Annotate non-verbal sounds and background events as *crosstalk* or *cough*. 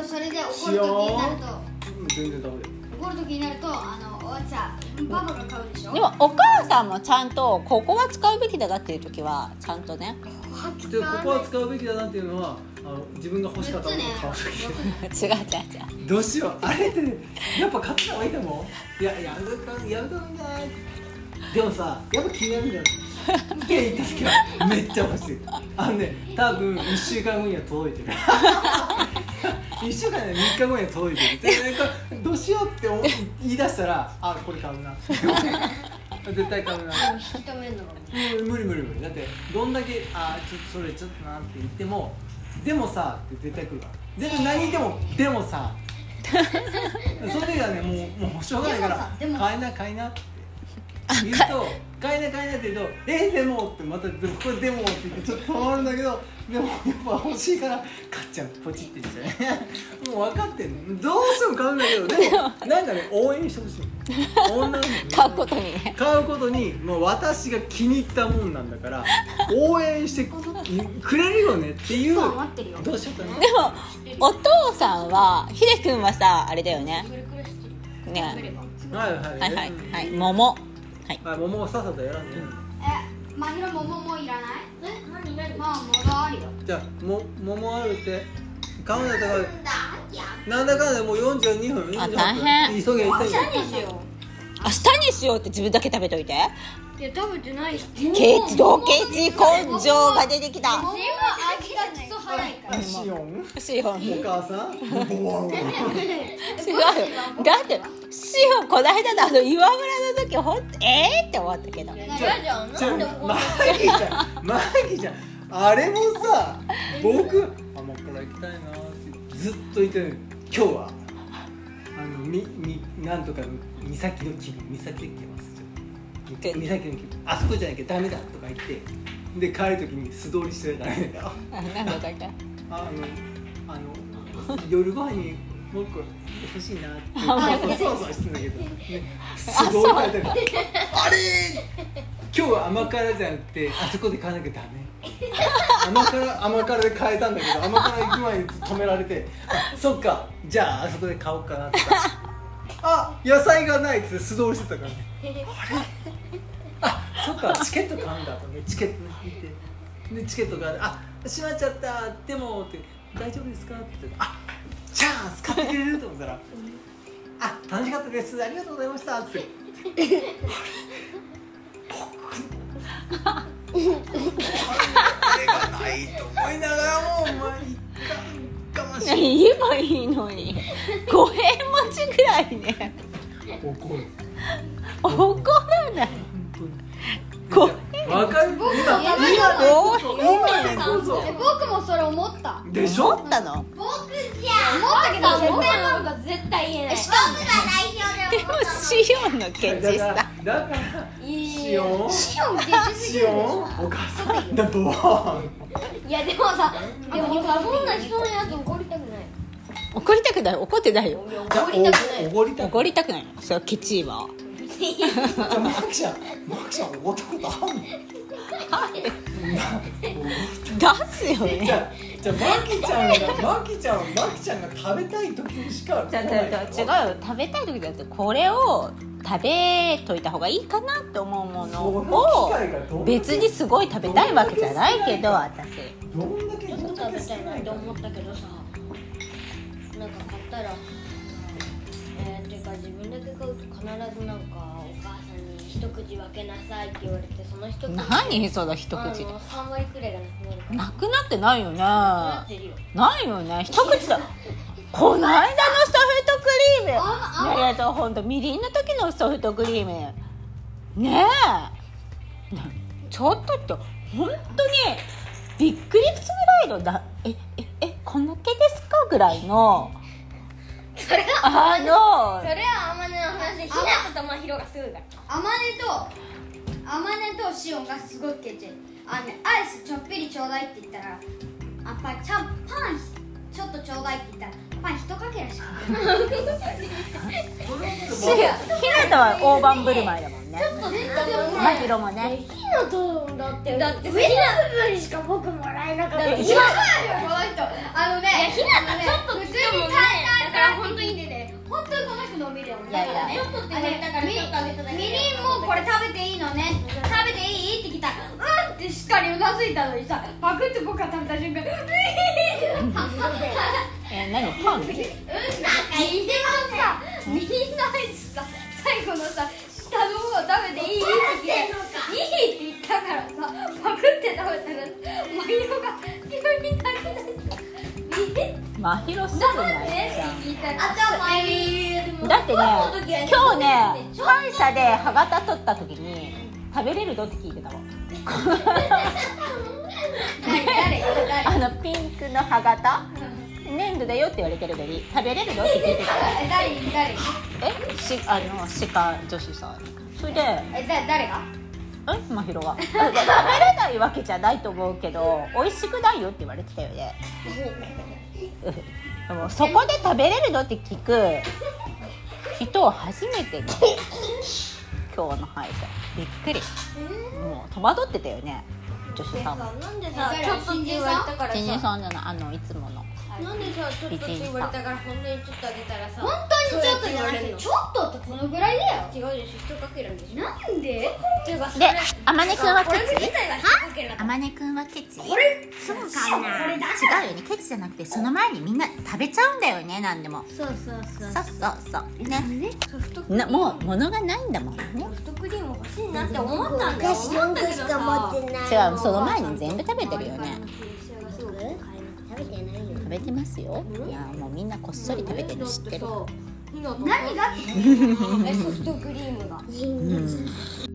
怒る時になるとうん全然ダメだよ怒る時になるとあのお茶パパが買うでしょでもお母さんもちゃんとここは使うべきだなっていう時はちゃんとねでここは使うべきだなっていうのはあの自分が欲しかったものを買うとき違う違う違うどうしようあれってやっぱ買った方がいいかもいややるかやるかもなでもさやっぱ気になるじゃん見て行った時はめっちゃ欲しいあのね多分1週間後には届いてる1週間で3日後には届いてるでなんかどうしようって思い言い出したらあこれ買うな絶対買うな引き止めるのがうん無理無理無理だってどんだけあーちょっとそれちょっとなって言ってもでもさって絶対来るから全然何言ってもでもさそれがねもうもうしょうがないからでもさでもさ買えな買えなって言うと買えな買えなって言うとえでもってまたでもこれでもって言ってちょっと止まるんだけどでもやっぱ欲しいから買っちゃうポチって言っちゃう *laughs* もう分かってんのどうしても買うんだけどでもなんかね応援してほしい *laughs* 女の子に買うことにね買うことにもう私が気に入ったもんなんだから応援してくれるよねっていうパパ待ってるよどうしようかなでもお父さんはひでくんはさあれだよねそれくらいしてるね食べればすぐはいはいはいはいうんはい桃はいはい桃をさっさと選んで、えまひろもももいらないえ何何まあもがあるよじゃあも桃あるって買うんだったらだやなんだかんだもう42分48あ分大変急げ急っしげゃですよ明日にしようって自分だけ食べといていや食べてないしケチドケチ根性が出てきた桃は味がクソ早いからシオンシオン違おう母さんボワンだってシオンこの間のあの岩村の時ほんえー、って思ったけどいやじゃんじゃあマギちゃんマギちゃんあれもさ僕あもうこれ行きたいなってずっと言ってる今日はあのみみなんとか岬の気分岬で行きますで岬の気分あそこじゃなきゃダメだとか言ってで帰る時に素通りしてたらダメだよあなんだったっけあのあの夜ご飯にもう一個欲しいなってそうそうそうしてんだけど、ね、すごいあれ今日は甘辛じゃなくてあそこで買わなきゃダメ甘辛甘辛で買えたんだけど甘辛行く前に止められてあそっかじゃああそこで買おうかなとかあ野菜がないっつって素通りしてたからねあれあそっかチケット買うんだとねチケット引いてでチケットがあ閉まっちゃったでもって大丈夫ですかって言ってあチャンス買ってくれると思ったらあ楽しかったですありがとうございましたってあれがないと思いながらもお前行ったんかもしれない言えばいいのに5円持ちぐらいね怒る怒らないここわかる僕も今やばい今でこそ今でこそえ僕もそれ思ったでしょ思ったの僕じゃ思ったけど絶対ママが絶対言えない僕が代でもシオンのケだチからさだから表でシオンシオン激しすぎシるオンお母さんだボーンいやでもさでもさそんな人のやつ怒りたくない怒りたくない怒ってないよじゃあ怒りたくないおごりたく怒りたくないのそれはケチいわじゃあマキちゃんマキちゃんおごったことあんの出すよじねゃあじゃあマキちゃんがマキちゃんはマキちゃんが食べたい時にしか来じゃなあい違うよ食べたい時だってこれを食べといた方がいいかなって思うものそのを機会がどんだけ別にすごい食べたいわけじゃないけど私どんだけちょっどんとだ食けべ少たいなないってか思ったけどさなんか買ったらえー、っていうか自分だけ買うと必ずなんかお母さんに一口分けなさいって言われてその一口何その一口であの3割くらいがなくなるからなくなってないよねなってるよないよね一口だこないだのソフトクリームあありがとうほんとみりんの時のソフトクリームねえなちょっとって本当にびっくりするぐらいのだえええこの毛ですかぐらいのそれはあのそれはあんまねの話でひなとまひろがすぐだあまねとあまねとシオンがすごいケチあのねアイスちょっぴりちょうだいって言ったらあパちゃんパンちょっとちょうだいって言ったらパン一かけらしか *laughs* ひなたは大盤振る舞いだもんねちょっと出たよまひろもねひなとだってだって上の部分しか僕もらえなかった今あるよこの人あのねひなたちょっ普と通に普考通えたら本当にこの人のおビデオいやいねやちょっとって言われたからみちょっとあげただけみでりんもこれ食べていいのね食べていいって聞いたらうんってしっかりうなずいたのにさパクって僕が食べた瞬間うえーって *laughs* え何パンうんなんか言ってますさみんなあいつさ最後のさ下の方食べていいって聞いていいって言ったからさパクって食べたらマリオが急に食べた真宙すなんでぐっ泣いてちゃう聞いたら頭いいだってね今日ね歯医者で歯型取った時に食べれるのって聞いてたもん誰誰誰あのピンクの歯型粘土だよって言われてるのに食べれるのって聞いてたえ誰に誰にえしあの歯科女子さんそれでええだ誰が真宙があ食べれないわけじゃないと思うけど美味しくないよって言われてたよねうんでもそこで食べれるのって聞く人を初めて見た今日の歯医者びっくりもう戸惑ってたよね女子さんもなんでささちちょょっっとっとってて言言わわれれたたから新人ささんじゃないあのいつものなんでさちょっとって言われたから本当にちょっとあげたらさ本当にちょっとじゃなくてちょっとってこのぐらいだよ違うでしょ人かけるんでしょなんでていうかそでれあまねくんはこれケ自チ体が人かけるあまねくんはケチこれそうかこれだ違うよねケチじゃなくてその前にみんな食べちゃうんだよね何でもそうそうそそうそうそうねソフトクリーなムもう物がないんだもんね違うソフトクリーム欲しいなって思ったんだよ思ったけどさその前に全部食べてるよね食べてないよ食べてますよいやもうみんなこっそり食べてるの知ってるだってさ何がえソフトクリームがうん